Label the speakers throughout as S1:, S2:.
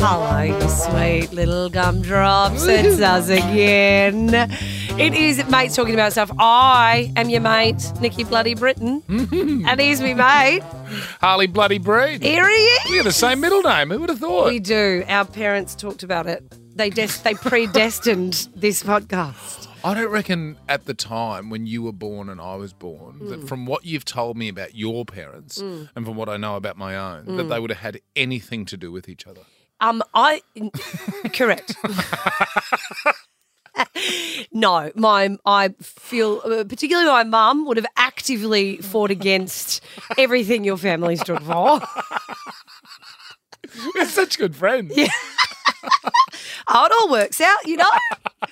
S1: Hello, you sweet little gumdrops. It's us again. It is mates talking about stuff. I am your mate, Nikki Bloody Britton, and he's me mate.
S2: Harley Bloody Breed.
S1: Here he is.
S2: We have the same middle name. Who would have
S1: We
S2: thought?
S1: do. Our parents talked about it. They des- they predestined this podcast.
S2: I don't reckon at the time when you were born and I was born, that
S1: Mm.
S2: from what you've told me about your parents and from what I know about my own, that
S1: Mm.
S2: they would have had anything to do with each other.
S1: Um, I correct. no, my I feel uh, particularly my mum would have actively fought against everything your family stood for.
S2: We're such good friends. Yeah.
S1: how it all works out, you know?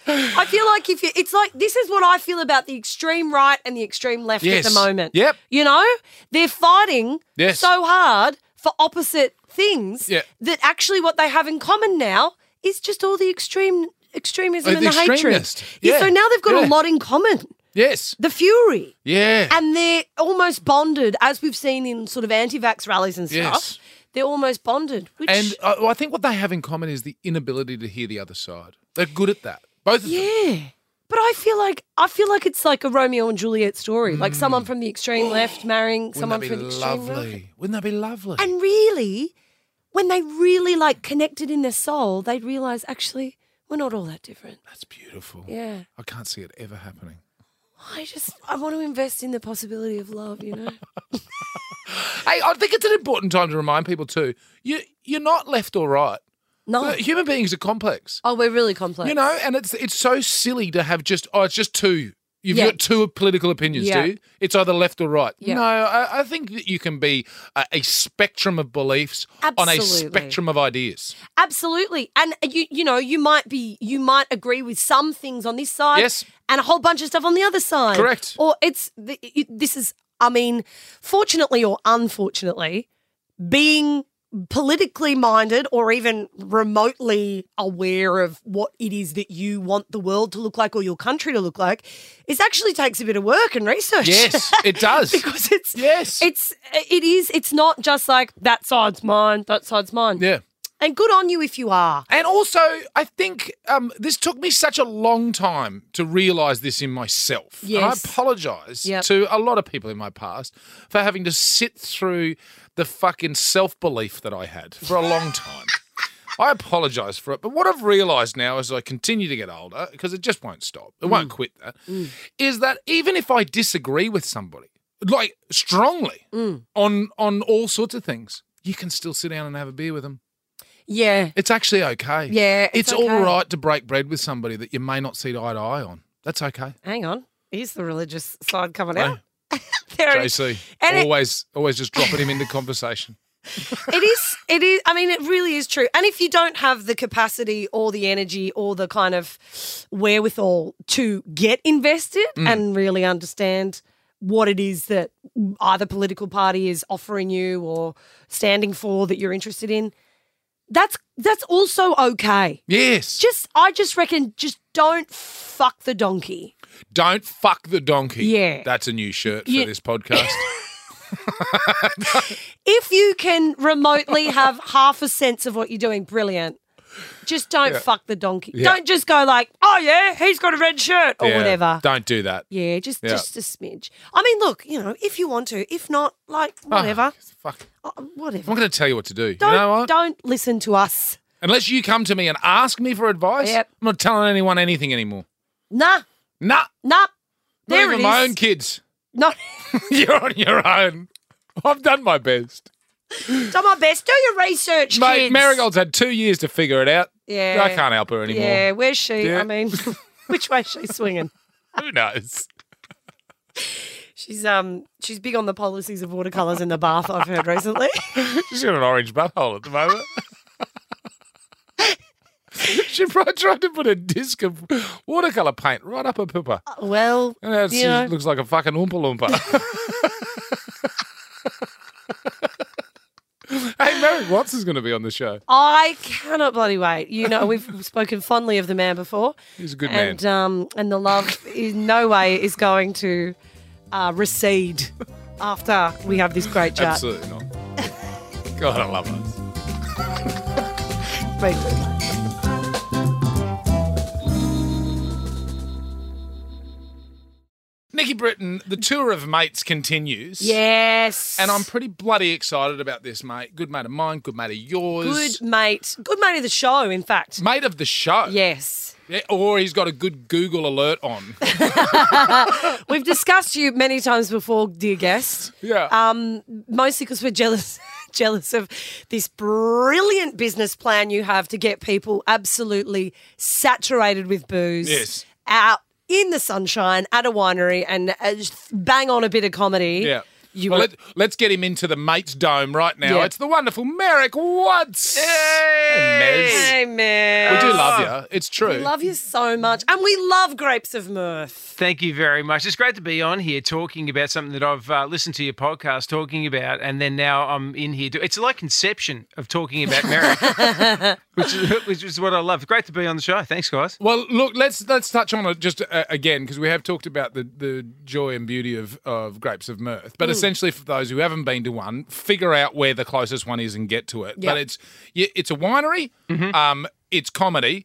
S1: I feel like if you, it's like this is what I feel about the extreme right and the extreme left at
S2: Yes.
S1: the moment.
S2: Yep.
S1: You know, they're fighting
S2: Yes.
S1: so hard for opposite things
S2: Yeah.
S1: that actually what they have in common now is just all the extreme extremism
S2: Oh,
S1: and
S2: the
S1: the, hatred.
S2: extremist.
S1: Yeah, so
S2: Yeah.
S1: now they've got a
S2: Yeah.
S1: lot in common.
S2: Yes.
S1: The fury.
S2: Yeah.
S1: And they're almost bonded, as we've seen in sort of anti-vax rallies and stuff.
S2: Yes.
S1: They're almost bonded, which
S2: And I, I think what they have in common is the inability to hear the other side. They're good at that. Both of them.
S1: Yeah. But I feel like I feel like it's like a Romeo and Juliet story. Like someone from the extreme left marrying
S2: Hmm. Wouldn't
S1: someone
S2: that be
S1: from the extreme
S2: lovely?
S1: right.
S2: Wouldn't that be lovely?
S1: And really, when they really like connected in their soul, they'd realize actually we're not all that different.
S2: That's beautiful.
S1: Yeah.
S2: I can't see it ever happening.
S1: I just I want to invest in the possibility of love, you know.
S2: Hey, I think it's an important time to remind people too. You you're not left or right.
S1: No.
S2: Look, Human beings are complex.
S1: Oh, we're really complex.
S2: You know, and it's it's so silly to have just oh, it's just two. You've
S1: Yeah.
S2: got two political opinions,
S1: Yeah.
S2: do you? It's either left or right.
S1: Yeah.
S2: No, I, I think that you can be a, a spectrum of beliefs on a
S1: Absolutely.
S2: spectrum of ideas.
S1: Absolutely. And you you know, you might be you might agree with some things on this side
S2: Yes.
S1: and a whole bunch of stuff on the other side.
S2: Correct.
S1: Or it's th- it- this is I mean, fortunately or unfortunately, being politically minded or even remotely aware of what it is that you want the world to look like or your country to look like, it actually takes a bit of work and research.
S2: Yes, it does.
S1: because it's
S2: Yes.
S1: it's it is it's not just like that side's mine, that side's mine.
S2: yeah.
S1: And good on you if you are.
S2: And also, I think um, this took me such a long time to realise this in myself. And
S1: Yes.
S2: I apologise
S1: Yep.
S2: to a lot of people in my past for having to sit through the fucking self belief that I had for a long time. I apologise for it, but what I've realised now as I continue to get older, because it just won't stop, it
S1: Mm.
S2: won't quit that, is that even if I disagree with somebody, like strongly
S1: Mm.
S2: on on all sorts of things, you can still sit down and have a beer with them.
S1: Yeah.
S2: It's actually okay.
S1: Yeah, it's
S2: It's,
S1: okay.
S2: all right to break bread with somebody that you may not see eye to eye on. That's okay.
S1: Hang on. Here's the religious side coming
S2: Hey.
S1: out. there it is.
S2: JC.
S1: And it-
S2: Always always just dropping him into conversation.
S1: It is. It is. I mean, it really is true. And if you don't have the capacity or the energy or the kind of wherewithal to get invested
S2: Mm.
S1: and really understand what it is that either political party is offering you or standing for that you're interested in, that's that's also okay.
S2: Yes.
S1: Just I just reckon just don't fuck the donkey.
S2: Don't fuck the donkey.
S1: Yeah.
S2: That's a new shirt for
S1: Yeah.
S2: this podcast.
S1: if you can remotely have half a sense of what you're doing, brilliant. Just don't fuck the donkey.
S2: Yeah.
S1: Don't just go like, oh yeah, he's got a red shirt or
S2: Yeah,
S1: whatever.
S2: Don't do that.
S1: Yeah, just
S2: Yeah.
S1: just a smidge. I mean, look, you know, if you want to, if not, like whatever,
S2: Oh, fuck.
S1: Uh, whatever.
S2: I'm not going to tell you what to do.
S1: Don't
S2: you know what?
S1: don't listen to us.
S2: Unless you come to me and ask me for advice,
S1: Yep.
S2: I'm not telling anyone anything anymore.
S1: Nah,
S2: Nah.
S1: nah.
S2: Not
S1: There
S2: even
S1: it
S2: my
S1: is.
S2: own kids.
S1: No,
S2: You're on your own. I've done my best.
S1: do my best. Do your research,
S2: Mate,
S1: kids.
S2: Marigold's had two years to figure it out.
S1: Yeah.
S2: I can't help her anymore.
S1: Yeah, where's she?
S2: Yeah.
S1: I mean, which way is she swinging?
S2: Who knows?
S1: She's um, she's big on the policies of watercolors in the bath. I've heard recently.
S2: She's got an orange butthole at the moment. she probably tried to put a disc of watercolour paint right up her pooper.
S1: Oh, Well,
S2: And that's,
S1: you
S2: she
S1: know,
S2: looks like a fucking Oompa Loompa. hey, Merrick Watts is going to be on the show.
S1: I cannot bloody wait. You know, we've spoken fondly of the man before,
S2: He's a good
S1: and
S2: man.
S1: um, and the love in no way is going to uh, recede after we have this great chat.
S2: Absolutely not. God, I love us.
S1: They do.
S2: Nikki Britton, the tour of mates continues.
S1: Yes.
S2: And I'm pretty bloody excited about this, mate. Good mate of mine, good mate of yours.
S1: good mate. Good mate of the show, in fact.
S2: Mate of the show.
S1: Yes.
S2: Yeah, or he's got a good Google alert on.
S1: We've discussed you many times before, dear guest.
S2: Yeah.
S1: Um, mostly because we're jealous, jealous of this brilliant business plan you have to get people absolutely saturated with booze.
S2: Yes.
S1: Out in the sunshine at a winery and uh, just bang on a bit of comedy.
S2: yeah.
S1: You
S2: well,
S1: were-
S2: let, let's get him into the mate's dome right now.
S1: Yeah.
S2: It's the wonderful Merrick Woods.
S1: Hey, man.
S2: We do love you. It's true.
S1: We love you so much. And we love Grapes of Mirth.
S3: Thank you very much. It's great to be on here talking about something that I've uh, listened to your podcast talking about, and then now I'm in here. Do- it's like conception of talking about marriage, which, is, which is what I love. Great to be on the show. Thanks, guys.
S2: Well, look, let's let's touch on it just uh, again because we have talked about the, the joy and beauty of, of grapes of mirth.
S1: Mm.
S2: But essentially, for those who haven't been to one, figure out where the closest one is and get to it.
S1: Yep.
S2: But it's yeah, it's a winery. Um, it's comedy.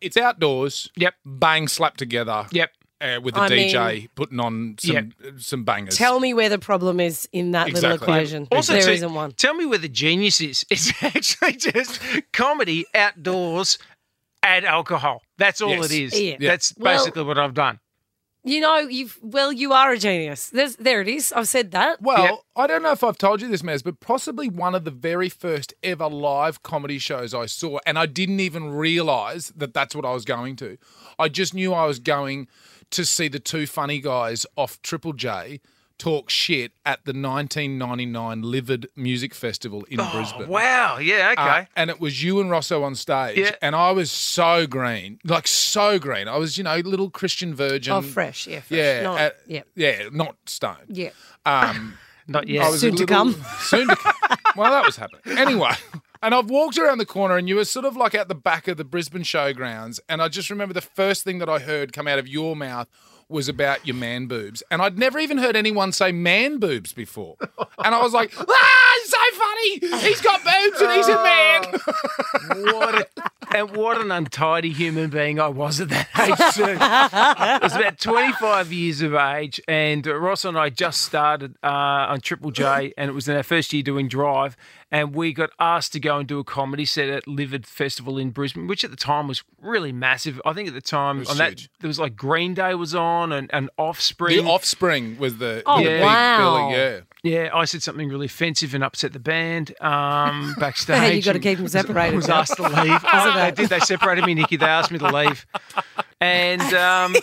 S2: It's outdoors.
S3: Yep.
S2: Bang slapped together.
S3: Yep.
S2: Uh, with a
S1: I
S2: DJ putting on some some bangers.
S1: Tell me where the problem is in that little
S2: Exactly.
S1: equation.
S3: Also,
S1: there
S3: too,
S1: not one.
S3: Tell me where the genius is. It's actually just comedy outdoors. Add alcohol. That's all
S2: Yes.
S3: it is.
S1: Yeah. Yeah.
S3: That's
S1: Well-
S3: basically what I've done.
S1: You know, you've well, you are a genius. There's, there it is. I've said that.
S2: Well,
S3: Yep.
S2: I don't know if I've told you this, Maz, but possibly one of the very first ever live comedy shows I saw, and I didn't even realise that that's what I was going to. I just knew I was going to see the two funny guys off Triple J talk shit at the 1999 Livid Music Festival in
S1: Oh,
S2: Brisbane.
S3: Wow. Yeah. Okay.
S2: Uh, and it was you and Rosso on stage,
S3: Yeah.
S2: and I was so green, like so green. I was, you know, little Christian virgin.
S1: Oh, fresh, yeah, fresh.
S2: Yeah,
S1: Not-
S2: uh,
S1: yeah.
S2: yeah, not stoned.
S1: Yeah.
S2: Um,
S3: Not
S2: I
S3: yet.
S2: was
S1: Soon
S2: a
S1: to
S2: little-
S1: come.
S2: Soon to come. Well, that was happening. Anyway, and I've walked around the corner, and you were sort of like at the back of the Brisbane Showgrounds, and I just remember the first thing that I heard come out of your mouth was about your man boobs, and I'd never even heard anyone say man boobs before, and I was like, ah, it's so funny. He's got boobs, and he's a man.
S3: what a, and what an untidy human being I was at that age too. I was about 25 years of age, and uh, Ross and I just started uh, on Triple J, and it was in our first year doing Drive, and we got asked to go and do a comedy set at Livid Festival in Brisbane, which at the time was really massive. I think at the time on that
S2: huge.
S3: there was like Green Day was on and, and
S2: The
S3: Offspring.
S2: offspring was the,
S1: Oh,
S2: the big
S1: wow.
S2: billing, yeah.
S3: yeah, I said something really offensive and upset the band um, backstage.
S1: Hey, you got to
S3: and-
S1: keep them separated.
S3: I was asked to leave.
S2: Ah,
S3: Oh, they
S1: that-
S3: did. They separated me, Nikki. They asked me to leave. And um,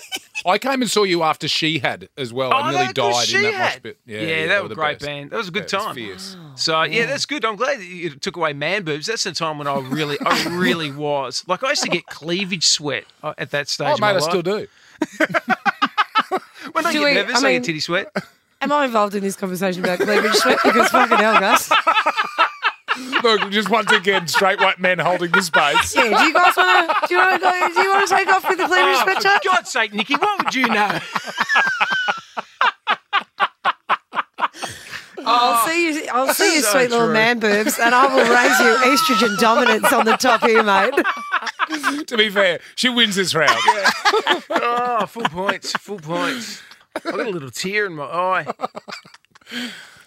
S2: I came and saw you after she had as well. I
S3: oh,
S2: nearly
S3: that- 'cause
S2: died
S3: she
S2: in that mosh
S3: had-
S2: pit.
S3: Yeah,
S2: they
S3: that
S2: were
S3: was
S2: the
S3: a great
S2: best.
S3: band. That was a good
S2: Yeah, it was
S3: time.
S2: fierce.
S3: So yeah, that's good. I'm glad that you took away man boobs. That's the time when I really, I really was like I used to get cleavage sweat uh, at that stage.
S2: Oh,
S3: of my
S2: mate, I
S3: life.
S2: still do.
S3: When I
S1: Do
S3: get
S1: we-
S3: nervous,
S1: I
S3: I,
S1: mean-
S3: get titty sweat.
S1: Am I involved in this conversation about cleavage sweat? Because fucking hell, guys.
S2: Look, just once again, straight white men holding the space.
S1: Yeah, do you guys want to? Do you want to go? Do you want to take off with the cleavage
S3: Oh,
S1: sweat?
S3: for
S1: chat?
S3: God's sake, Nikki, what would you know?
S1: I'll see you. I'll see you,
S3: So
S1: sweet little
S3: true.
S1: man boobs, and I will raise you estrogen dominance on the top here, mate.
S2: to be fair, she wins this round.
S3: Oh, full points, full points. I got a little tear in my eye.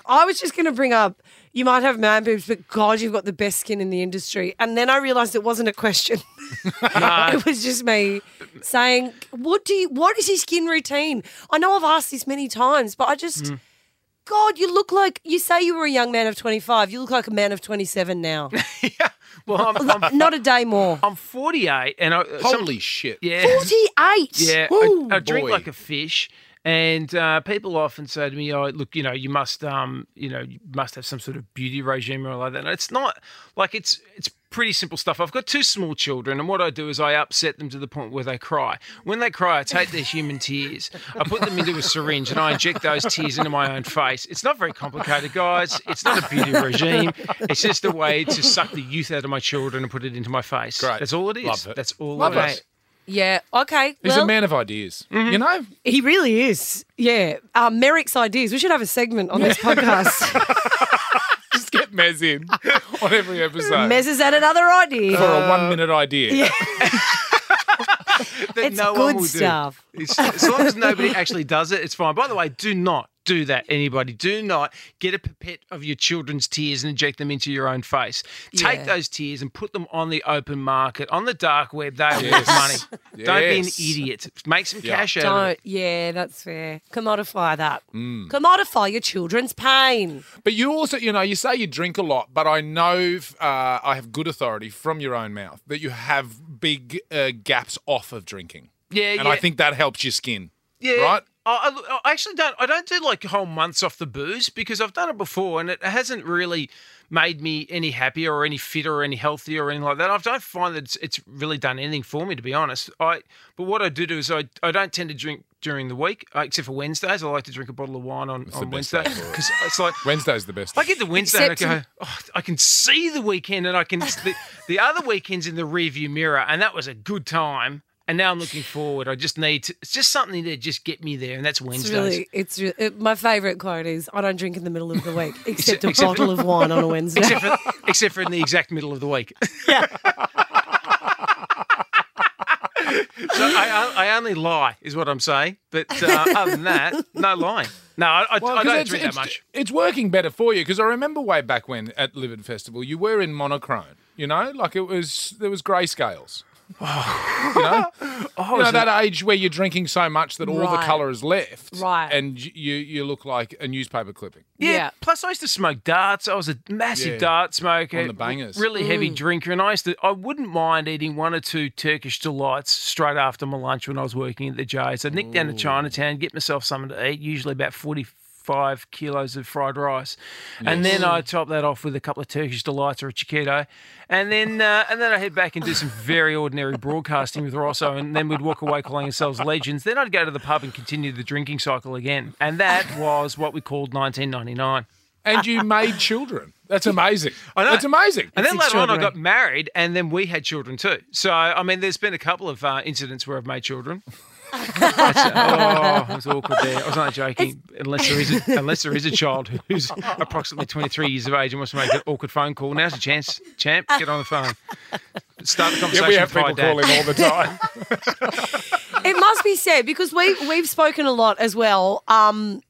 S1: I was just going to bring up. You might have man boobs, but God, you've got the best skin in the industry. And then I realised it wasn't a question. it was just me saying, "What do you? What is his skin routine?" I know I've asked this many times, but I just,
S2: Mm.
S1: God, you look like you say you were a young man of twenty five. You look like a man of twenty seven now.
S3: Well, I'm, I'm,
S1: Not a day more.
S3: I'm 48, and I uh, some-
S2: Holy shit.
S3: yeah.
S1: Forty eight.
S3: Yeah,
S2: Woo,
S3: I, I drink
S2: boy.
S3: like a fish, and uh, people often say to me, "Oh, look, you know, you must, um, you know, you must have some sort of beauty regime or like that." And it's not like it's it's pretty simple stuff. I've got two small children, and what I do is I upset them to the point where they cry. When they cry, I take their human tears, I put them into a syringe, and I inject those tears into my own face. It's not very complicated, guys. It's not a beauty regime. It's just a way to suck the youth out of my children and put it into my face.
S2: Great.
S3: That's all it is.
S2: Love it.
S3: That's all
S2: Love
S3: it
S2: it.
S3: is. Mm-hmm.
S1: Yeah. Okay.
S2: He's
S1: well,
S2: a man of ideas. You know?
S1: he really is. uh, Yeah. Um, Merrick's ideas. We should have a segment on this podcast.
S2: Just get Mez in on every episode
S1: Mez has had another
S2: for
S1: idea.
S3: Uh,
S2: a one minute idea.
S1: yeah.
S3: that
S1: It's
S3: no one
S1: good
S3: will do.
S1: stuff.
S3: It's, as long as nobody actually does it, it's fine. By the way, do not do that, anybody. Do not get a pipette of your children's tears and inject them into your own face. Take
S1: Yeah.
S3: those tears and put them on the open market, on the dark web. They are
S2: Yes.
S3: worth money. Don't be an
S2: Yes.
S3: idiot. Make some
S2: Yeah.
S3: cash out of it. Mm.
S1: Don't. Yeah, that's fair. Commodify that. Commodify your children's pain.
S2: But you also, you know, you say you drink a lot, but I know uh, I have good authority from your own mouth that you have big uh, gaps off of drinking.
S3: Yeah,
S2: and
S3: yeah.
S2: I think that helps your skin.
S3: Yeah.
S2: Right?
S3: I, I- I actually don't. I don't do like whole months off the booze because I've done it before and it hasn't really made me any happier or any fitter or any healthier or anything like that. I don't find that it's, it's really done anything for me to be honest. I but what I do do is I, I don't tend to drink during the week uh, except for Wednesdays. I like to drink a bottle of wine on, on
S2: best
S3: Wednesday
S2: day for it.
S3: because it's like
S2: Wednesday's the best.
S3: I get to Wednesday and I
S1: Except-
S3: go, oh, I can see the weekend and I can the, the other weekend's in the rearview mirror and that was a good time. And now I'm looking forward. I just need to, it's just something to just get me there, and that's
S1: It's
S3: Wednesdays.
S1: really, it's re- it, my favourite quote is I don't drink in the middle of the week except a
S3: Except- except-
S1: bottle of wine on a Wednesday.
S3: Except for, except for in the exact middle of the week. so I, I I only lie, is what I'm saying. But uh, other than that, no lying. No, I, I, I
S2: 'cause
S3: don't
S2: it's-
S3: drink
S2: it's,
S3: that much.
S2: It's working better for you because I remember way back when at Livid Festival you were in monochrome. You know, like it was there was grayscales. you know,
S3: Oh,
S2: you know that age where you're drinking so much that all the
S1: Right.
S2: color is left,
S1: Right.
S2: And you you look like a newspaper clipping.
S3: Yeah.
S1: Yeah.
S3: Plus, I used to smoke darts. I was a massive
S2: Yeah.
S3: dart smoker,
S2: On the bangers.
S3: really heavy drinker, and I used to. I wouldn't mind eating one or two Turkish delights straight after my lunch when I was working at the J's. I'd nick down to Chinatown, get myself something to eat, usually about forty-five kilos of fried rice, and then I top that off with a couple of Turkish delights or a chiquito, and then uh, and then I head back and do some very ordinary broadcasting with Rosso, and then we'd walk away calling ourselves legends. Then I'd go to the pub and continue the drinking cycle again, and that was what we called 1999.
S2: And you made children. That's amazing.
S3: I know.
S2: That's amazing.
S3: And then
S1: It's
S3: later on, I
S1: extraordinary.
S3: got married, and then we had children too. So, I mean, there's been a couple of uh, incidents where I've made children. That's, oh, it was awkward there. I was only joking, unless there is a, unless there is a child who's approximately 23 years of age and wants to make an awkward phone call. Now's your chance, champ. Get on the phone. Start the
S2: yeah,
S3: conversation.
S2: we have
S3: with my
S2: people
S3: dad.
S2: calling all the time.
S1: it must be said because we we've spoken a lot as well um,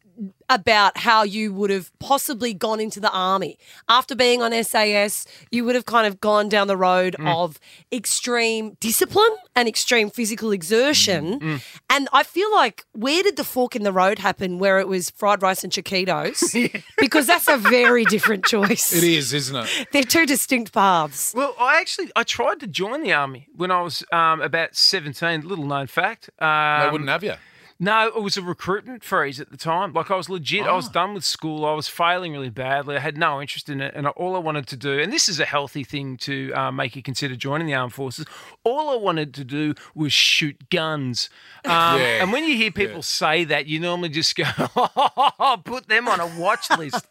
S1: about how you would have possibly gone into the army after being on SAS. You would have kind of gone down the road
S2: Mm.
S1: of extreme discipline and extreme physical exertion.
S2: Mm,
S1: And I feel like where did the fork in the road happen? Where it was fried rice and chiquitos? because that's a very different choice.
S2: it is, isn't it?
S1: They're two distinct paths.
S3: Well, I actually I tried to join the army when I was um, about 17. Little known fact. Um,
S2: They wouldn't have you.
S3: No, it was a recruitment freeze at the time. Like I was legit. I
S2: Oh.
S3: was done with school. I was failing really badly. I had no interest in it, and all I wanted to do, and this is a healthy thing to uh, make you consider joining the armed forces. All I wanted to do was shoot guns. Um,
S2: Yeah.
S3: And when you hear people say that, you normally just go, "Oh, "Put them on a watch list."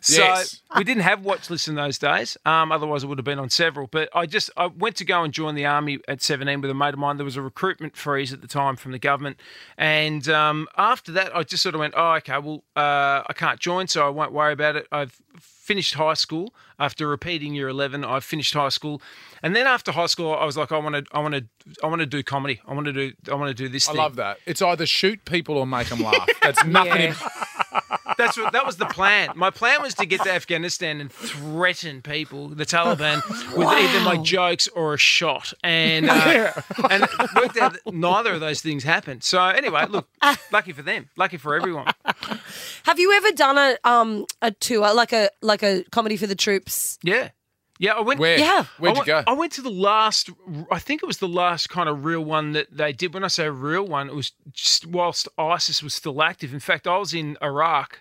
S3: so
S2: Yes.
S3: we didn't have watch lists in those days. Um, otherwise, it would have been on several. But I just I went to go and join the army at 17 with a mate of mine. There was a recruitment freeze at the time from the government, and um, after that, I just sort of went, "Oh, okay. Well, uh, I can't join, so I won't worry about it." I've finished high school after repeating year 11. I finished high school, and then after high school, I was like, "I want to, I want to, I want to do comedy. I want to do, I want to do this
S2: I
S3: thing."
S2: love that. It's either shoot people or make them laugh. That's nothing.
S1: Yeah.
S3: That's what that was the plan. My plan was to get to Afghanistan and threaten people, the Taliban, with either my jokes or a shot. And uh, and it worked out that neither of those things happened. So anyway, look, lucky for them, lucky for everyone.
S1: Have you ever done a um a tour like a like a comedy for the troops?
S3: Yeah, yeah. I went.
S2: Where?
S1: Yeah.
S2: Where'd
S3: I
S2: you go?
S3: went- I went to the last. I think it was the last kind of real one that they did. When I say real one, it was just whilst ISIS was still active. In fact, I was in Iraq.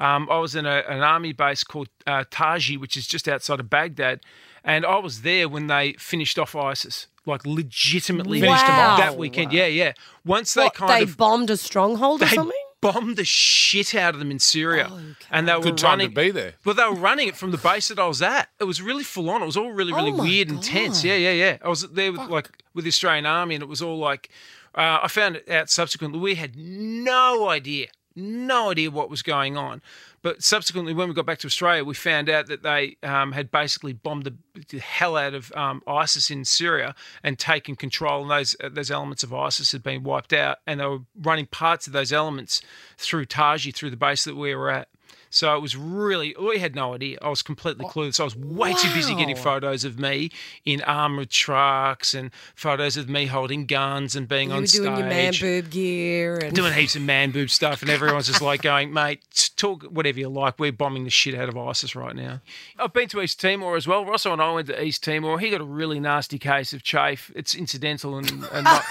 S3: Um, I was in a, an army base called uh, Taji, which is just outside of Baghdad, and I was there when they finished off ISIS, like legitimately
S1: Finished them off.
S3: that weekend. Yeah, yeah. Once they
S1: What,
S3: kind
S1: they
S3: of
S1: bombed a stronghold or
S3: they
S1: something?
S3: bombed the shit out of them in Syria, and they were
S2: Good time
S3: running.
S2: to be there.
S3: Well, they were running it from the base that I was at. It was really full on. It was all really, really
S1: Oh my
S3: weird and tense. Yeah, yeah, yeah. I was there with like with the Australian Army, and it was all like uh, I found it out subsequently. We had no idea, no idea what was going on. But subsequently, when we got back to Australia, we found out that they um, had basically bombed the, the hell out of um, ISIS in Syria and taken control. And those uh, those elements of ISIS had been wiped out, and they were running parts of those elements through Taji, through the base that we were at. So it was really, I had no idea. I was completely clueless. I was way too busy getting
S1: Oh, Wow.
S3: photos of me in armored trucks and photos of me holding guns and being
S1: You
S3: on
S1: were doing your man
S3: stage
S1: boob gear and
S3: doing heaps of man boob stuff, and everyone's just like going, mate, talk whatever you like. We're bombing the shit out of ISIS right now. I've been to East Timor as well. Rosso and I went to East Timor. He got a really nasty case of chafe. It's incidental and, and not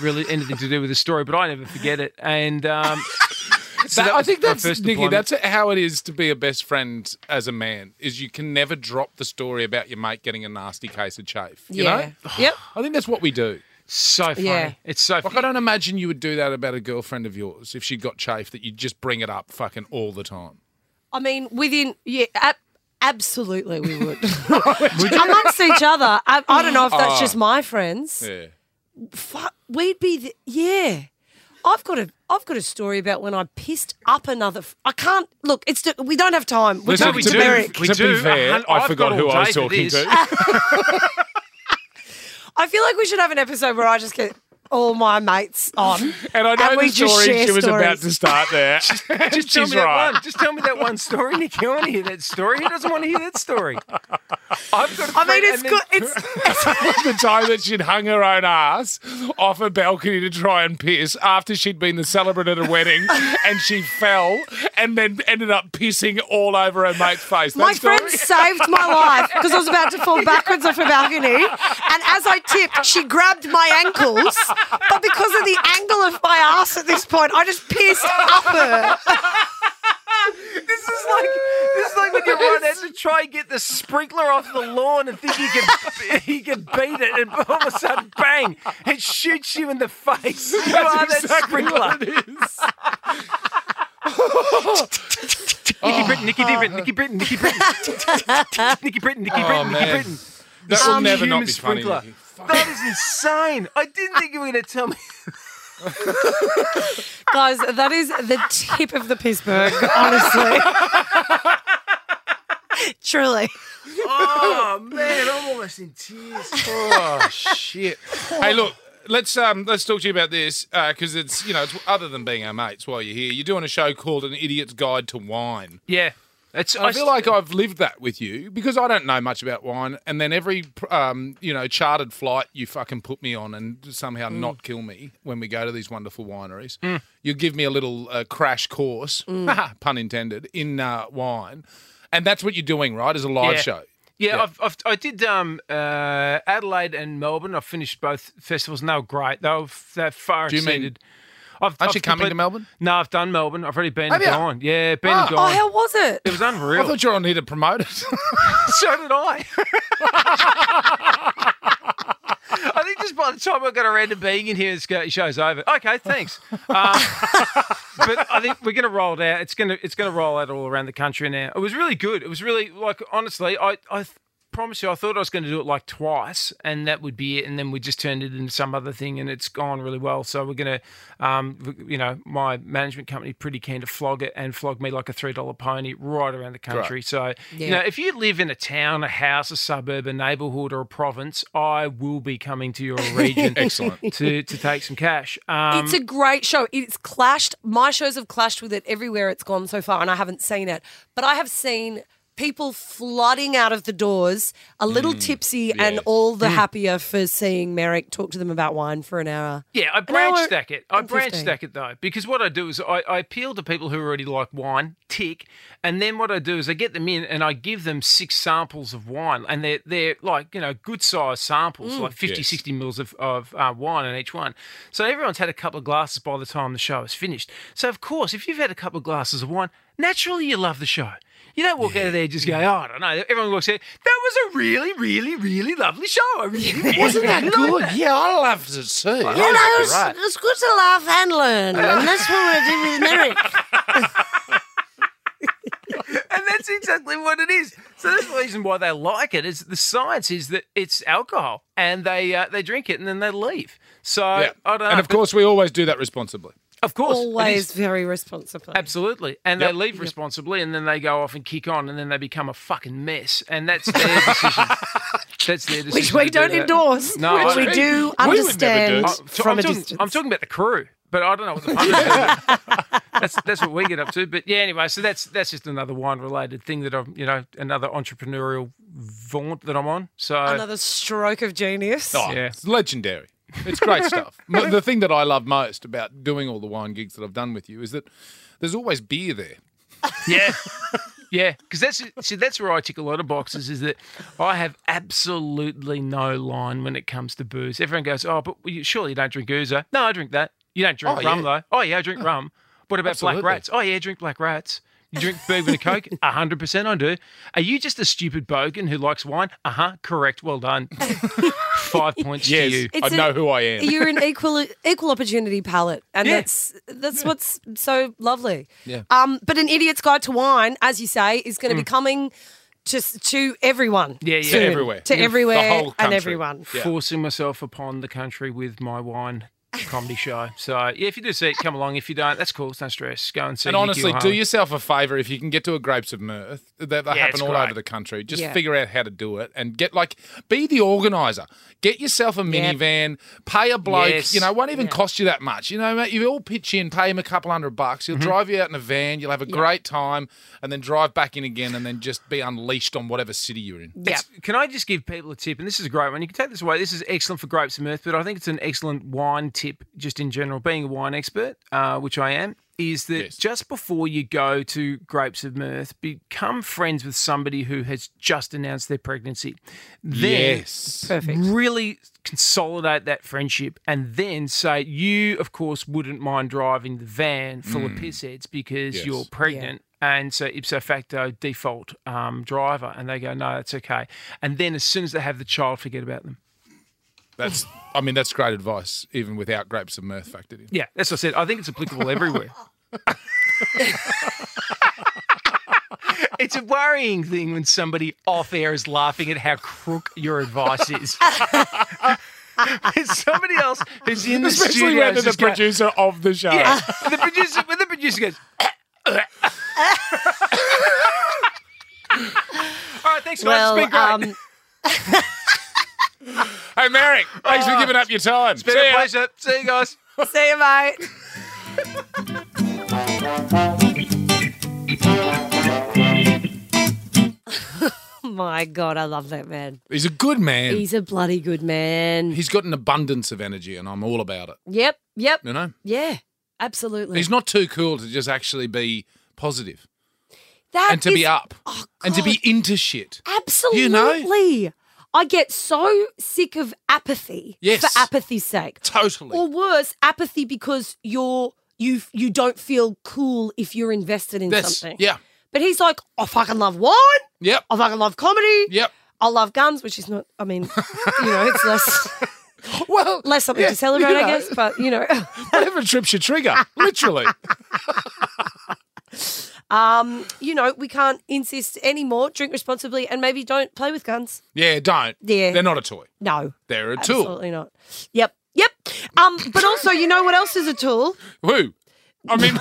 S3: really anything to do with the story, but I never forget it. And um, so
S2: That-
S3: that
S2: I
S3: was
S2: think
S3: my
S2: that's
S3: first
S2: Nikki.
S3: deployment.
S2: That's how it is to be a best friend as a man. Is you can never drop the story about your mate getting a nasty case of chafe. You
S1: yeah.
S2: know,
S1: Yep.
S2: I think that's what we do.
S3: so funny.
S1: Yeah.
S3: It's so
S2: Like,
S3: funny.
S2: I don't imagine you would do that about a girlfriend of yours if she got chafe. That you just bring it up fucking all the time.
S1: I mean, within yeah, ab- absolutely we would. Amongst each other, I, I don't know if that's just my friends.
S2: Yeah.
S1: Fuck, we'd be the, yeah. I've got a I've got a story about when I pissed up another. F- I can't look. It's t- we don't have time. We're
S2: Listen,
S1: talking
S2: to
S1: to
S2: be-
S1: Merrick.
S2: to be fair,
S3: hun-
S2: I
S3: I've
S2: forgot
S3: got
S2: who
S3: all
S2: I was
S3: day for
S2: talking
S3: this.
S2: to.
S1: I feel like we should have an episode where I just get all my mates on,
S2: And I know
S1: we
S2: the
S1: just
S2: story
S1: share
S2: she was about
S1: stories.
S2: to start there. just
S3: Just tell me that one. Just tell me that one story, Nick. I want to hear that story. Who doesn't want to hear that story? I've got. a
S1: I mean,
S3: friend-
S1: it's
S3: and then-
S1: good. It's
S2: the time that she'd hung her own ass off a balcony to try and piss after she'd been the celebrant at a wedding and she fell and then ended up pissing all over her mate's face. That
S1: my
S2: story?
S1: friend saved my life because I was about to fall backwards off a balcony, and as I tipped, she grabbed my ankles. But because of the angle of my ass at this point, I just pissed up her.
S3: This is like this is like when you run out to try and get the sprinkler off the lawn and think you can you can beat it, and all of a sudden, bang! It shoots you in the face. You are that
S2: exactly
S3: sprinkler.
S2: what it is.
S3: Nicky Britton, Nicky Britton, Nicky Britton, Nicky Britton, Nicky Britton, Nicky Britton, Nicky
S2: Oh, man.
S3: Britton.
S2: That will never not
S3: human
S2: be funny.
S3: sprinkler.
S2: Nikki.
S3: That is insane. I didn't think you were going to tell me.
S1: Guys, that is the tip of the Pittsburgh, honestly. Truly.
S3: Oh man, I'm almost in tears.
S2: Oh shit! hey, look. Let's um let's talk to you about this because it's you know it's other than being our mates while you're here. You're doing a show called An Idiot's Guide to Wine.
S3: Yeah, it's.
S2: I feel like I've lived that with you because I don't know much about wine, and then every um, you know chartered flight you fucking put me on and somehow
S3: Mm.
S2: not kill me when we go to these wonderful wineries. You give me a little uh, crash course,
S3: Mm.
S2: pun intended, in uh, wine, and that's what you're doing, right? As a live
S3: Yeah.
S2: show.
S3: Yeah, I've, I've, I did um, uh, Adelaide and Melbourne. I finished both festivals, and they were great. They were f- they far
S2: Do you mean-
S3: exceeded. I've,
S2: Aren't
S3: I've
S2: you coming
S3: complete-
S2: to Melbourne?
S3: No, I've done Melbourne. I've already been
S2: Have
S3: and
S2: you?
S3: gone. Yeah, been
S2: Ah.
S3: and
S2: Oh,
S1: Oh,
S3: gone.
S1: how was
S3: it
S1: it?
S3: was
S2: I
S3: unreal.
S2: thought you were on here to promote it.
S3: so did I. I think just by the time I got around to being in here, this go- show's over. Okay, thanks. Um, but I think we're going to roll it out. It's going to it's going to roll out all around the country now. It was really good. It was really like honestly, I I th- promise you, I thought I was going to do it like twice, and that would be it. And then we just turned it into some other thing, and it's gone really well. So we're going to, um, v- you know, my management company pretty keen to flog it and flog me like a three dollar pony right around the country. So you know, if you live in a town, a house, a suburb, a neighbourhood, or a province, I will be coming to your region.
S2: Excellent.
S3: To, to take some cash. Um,
S1: It's a great show. It's clashed. My shows have clashed with it everywhere it's gone so far, and I haven't seen it. But I have seen people flooding out of the doors, a
S3: Mm,
S1: little tipsy, and all
S3: Hmm.
S1: the happier for seeing Merrick talk to them about wine for an hour.
S3: Yeah, I branch
S1: hour
S3: stack it. I
S1: and
S3: branch
S1: 15.
S3: stack it though, because what I do is I, I appeal to people who already like wine, tick, and then what I do is I get them in and I give them six samples of wine, and they're they're like you know good sized samples, like 50,
S2: Yes.
S3: 60 mils of of uh, wine in each one. So everyone's had a couple of glasses by the time the show is finished. So of course, if you've had a couple of glasses of wine, naturally you love the show. You don't walk out of there just going, oh, I don't know. Everyone walks out. That was a really, really, really lovely show. I really, really,
S2: Wasn't that
S3: really liked
S2: good? Yeah, I loved it too.
S1: You know,
S2: That was
S1: it's, it's good to laugh and learn, and that's what we did with Merrick.
S3: and that's exactly what it is. So that's the reason why they like it. Is the science is that it's alcohol, and they uh, they drink it and then they leave. So
S2: great. Yeah.
S3: I don't know.
S2: and of course, we always do that responsibly.
S3: Of course. it is.
S1: Always very responsible.
S3: Absolutely. And
S2: Yep.
S3: they leave responsibly and then they go off and kick on and then they become a fucking mess. And that's their decision. that's their decision.
S1: Which we
S3: to do
S1: don't
S3: that.
S1: endorse.
S3: No,
S1: which
S3: I
S1: we
S3: don't.
S1: do
S2: We would never
S1: understand
S2: do.
S3: I'm- Uh, so
S1: from
S3: I'm
S1: a
S3: talking,
S1: distance.
S3: I'm talking about the crew, but I don't know what the punters do. That's that's what we get up to. But yeah, anyway, so that's that's just another wine related thing that I'm, you know, another entrepreneurial vaunt that I'm on. So
S1: Another stroke of genius.
S2: Oh,
S3: Yeah.
S2: It's legendary. It's great stuff. M- the thing that I love most about doing all the wine gigs that I've done with you is that there's always beer there.
S3: Yeah. Yeah, because that's see, that's where I tick a lot of boxes. Is that I have absolutely no line when it comes to booze. Everyone goes, "Oh, but you, surely you don't drink ouzo." No, I drink that. You don't drink
S2: Oh, yeah.
S3: rum though. Oh yeah, I drink rum. What about
S2: Absolutely.
S3: black rats? Oh yeah, I drink black rats. You drink bourbon and coke? hundred percent, I do. Are you just a stupid bogan who likes wine? Uh huh. Correct. Well done. Five points
S2: Yes,
S3: to you.
S2: I
S1: It's a-
S2: know who I am.
S1: You're an equal equal opportunity palette, and
S3: Yeah.
S1: that's that's what's so lovely.
S2: Yeah.
S1: Um, but an idiot's guide to wine, as you say, is
S2: Mm.
S1: going to be coming to s- to everyone.
S3: Yeah, yeah.
S1: soon.
S2: To everywhere.
S1: to
S2: The whole
S1: everywhere, and
S2: country.
S1: everyone.
S2: Yeah.
S3: forcing myself upon the country with my wine comedy show. So yeah, if you do see it, come along. If you don't, that's cool. It's no stress. Go and see.
S2: And
S3: Nikki
S2: honestly, do
S3: O'Hara.
S2: yourself a favour if you can get to a Grapes of Mirth. They, they happen
S3: it's
S2: all
S3: great.
S2: over the country. Just
S1: Yeah.
S2: figure out how to do it and get like be the organizer. Get yourself a minivan, pay a bloke.
S3: Yes.
S2: You know, won't even cost you that much. You know, mate, you all pitch in, pay him a couple hundred bucks. He'll drive you out in a van. You'll have a great time, and then drive back in again, and then just be unleashed on whatever city you're in.
S1: Yeah.
S3: It's- Can I just give people a tip? And this is a great one. You can take this away. This is excellent for grapes and mirth, but I think it's an excellent wine tip just in general. Being a wine expert, uh, which I am, is that
S2: Yes.
S3: just before you go to Grapes of Mirth, become friends with somebody who has just announced their pregnancy. Then
S2: Yes.
S1: Perfect.
S3: really consolidate that friendship and then say you of course wouldn't mind driving the van full of piss heads because
S2: Yes.
S3: you're pregnant and so ipso facto default um, driver and they go no that's okay and then as soon as they have the child forget about them
S2: That's. I mean, that's great advice, even without Grapes of Mirth factored in.
S3: yeah that's what i said i think it's applicable everywhere It's a worrying thing when somebody off air is laughing at how crook your advice is. When somebody else who's in the
S2: Especially
S3: studio
S2: when
S3: is
S2: the
S3: just going,
S2: producer of the show.
S3: Yeah. the producer when the producer goes. All right, thanks, guys. it's been
S1: Well,
S3: great.
S1: um,
S2: Hey, Merrick, thanks for giving up your time.
S3: been
S2: See
S3: a
S2: ya.
S3: pleasure. See you guys.
S1: see you, mate. My God, I love that man.
S2: He's a good man.
S1: He's a bloody good man.
S2: He's got an abundance of energy, and I'm all about it.
S1: Yep, yep,
S2: You know,
S1: yeah, absolutely.
S2: he's not too cool to just actually be positive
S1: That
S2: and to be
S1: is-
S2: up
S1: Oh,
S2: and to be into shit.
S1: Absolutely. I get so sick of apathy
S2: Yes.
S1: for apathy's sake.
S2: Totally.
S1: Or worse, apathy because you're you you don't feel cool if you're invested in
S2: That's-
S1: something.
S2: yeah.
S1: But he's like, I fucking love wine.
S2: Yep.
S1: I fucking love comedy.
S2: Yep.
S1: I love guns, which is not. I mean, you know, it's less
S2: Well,
S1: less something
S2: yeah,
S1: to celebrate,
S2: you
S1: I
S2: know,
S1: guess. But you know,
S2: Whatever trips your trigger, literally.
S1: um, you know, we can't insist anymore. Drink responsibly, and maybe don't play with guns.
S2: Yeah, don't.
S1: Yeah.
S2: They're not a toy.
S1: No,
S2: They're a tool.
S1: absolutely not. Yep, yep. Um, but also, you know what else is a tool?
S2: Who? I mean,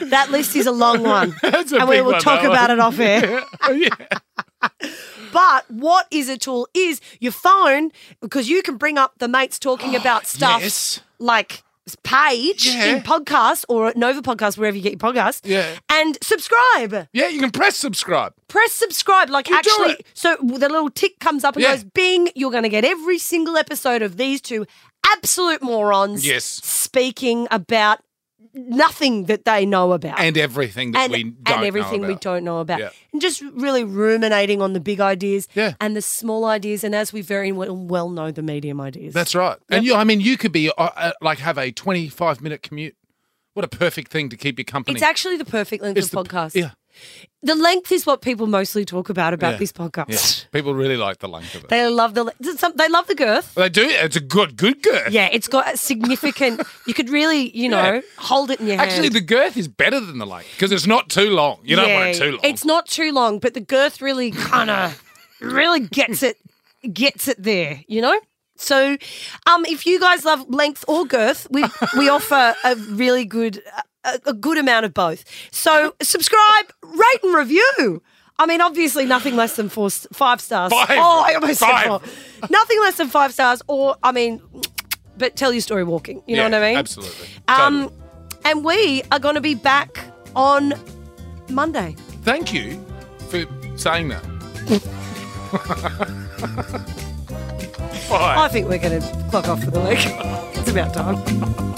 S1: That list is a long one.
S2: that's a
S1: and
S2: big
S1: we will
S2: one,
S1: talk
S2: that
S1: about
S2: one.
S1: it off air.
S2: yeah.
S1: But what is a tool is your phone, because you can bring up the mates talking about stuff
S2: Yes.
S1: like page
S2: Yeah.
S1: in podcasts or at Nova Podcast, wherever you get your podcasts.
S2: Yeah.
S1: And subscribe.
S2: yeah, you can press subscribe.
S1: Press subscribe. Like
S2: do
S1: actually,
S2: it.
S1: so the little tick comes up and
S2: Yeah.
S1: goes bing. You're going to get every single episode of these two absolute morons
S2: Yes.
S1: speaking about nothing that they know about
S2: And everything that
S1: and,
S2: we
S1: and
S2: don't know
S1: everything we
S2: about.
S1: don't know about.
S2: Yeah.
S1: And just really ruminating on the big ideas
S2: Yeah.
S1: and the small ideas. And as we very well, well know, the medium ideas.
S2: That's right. And you, I mean, you could be uh, uh, like have a 25 minute commute. What a perfect thing to keep you company.
S1: It's actually the perfect length
S2: It's
S1: of podcast.
S2: Yeah.
S1: The length is what people mostly talk about about
S2: Yeah.
S1: this podcast.
S2: yeah. People really like the length of it.
S1: They love the le- some- they love the girth.
S2: They do. It's a good, good girth.
S1: Yeah, it's got a significant. you could really, you know,
S2: Yeah.
S1: hold it in your hand.
S2: Actually, the girth is better than the length because it's not too long. You don't want it
S1: Yeah,
S2: too long.
S1: It's not too long, but the girth really kind of really gets it gets it there, you know? So, um, if you guys love length or girth, we we offer a really good a, a good amount of both. So, subscribe, rate, and review. I mean, obviously, nothing less than four, s- five stars.
S2: Five.
S1: Oh, I almost
S2: Five.
S1: said four. Nothing less than five stars, or I mean, but tell your story walking. You know what I mean?
S2: Absolutely.
S1: Um,
S2: Um,
S1: and we are going to be back on Monday.
S2: Thank you for saying that. Bye.
S1: I think we're going to clock off for the week. it's about time.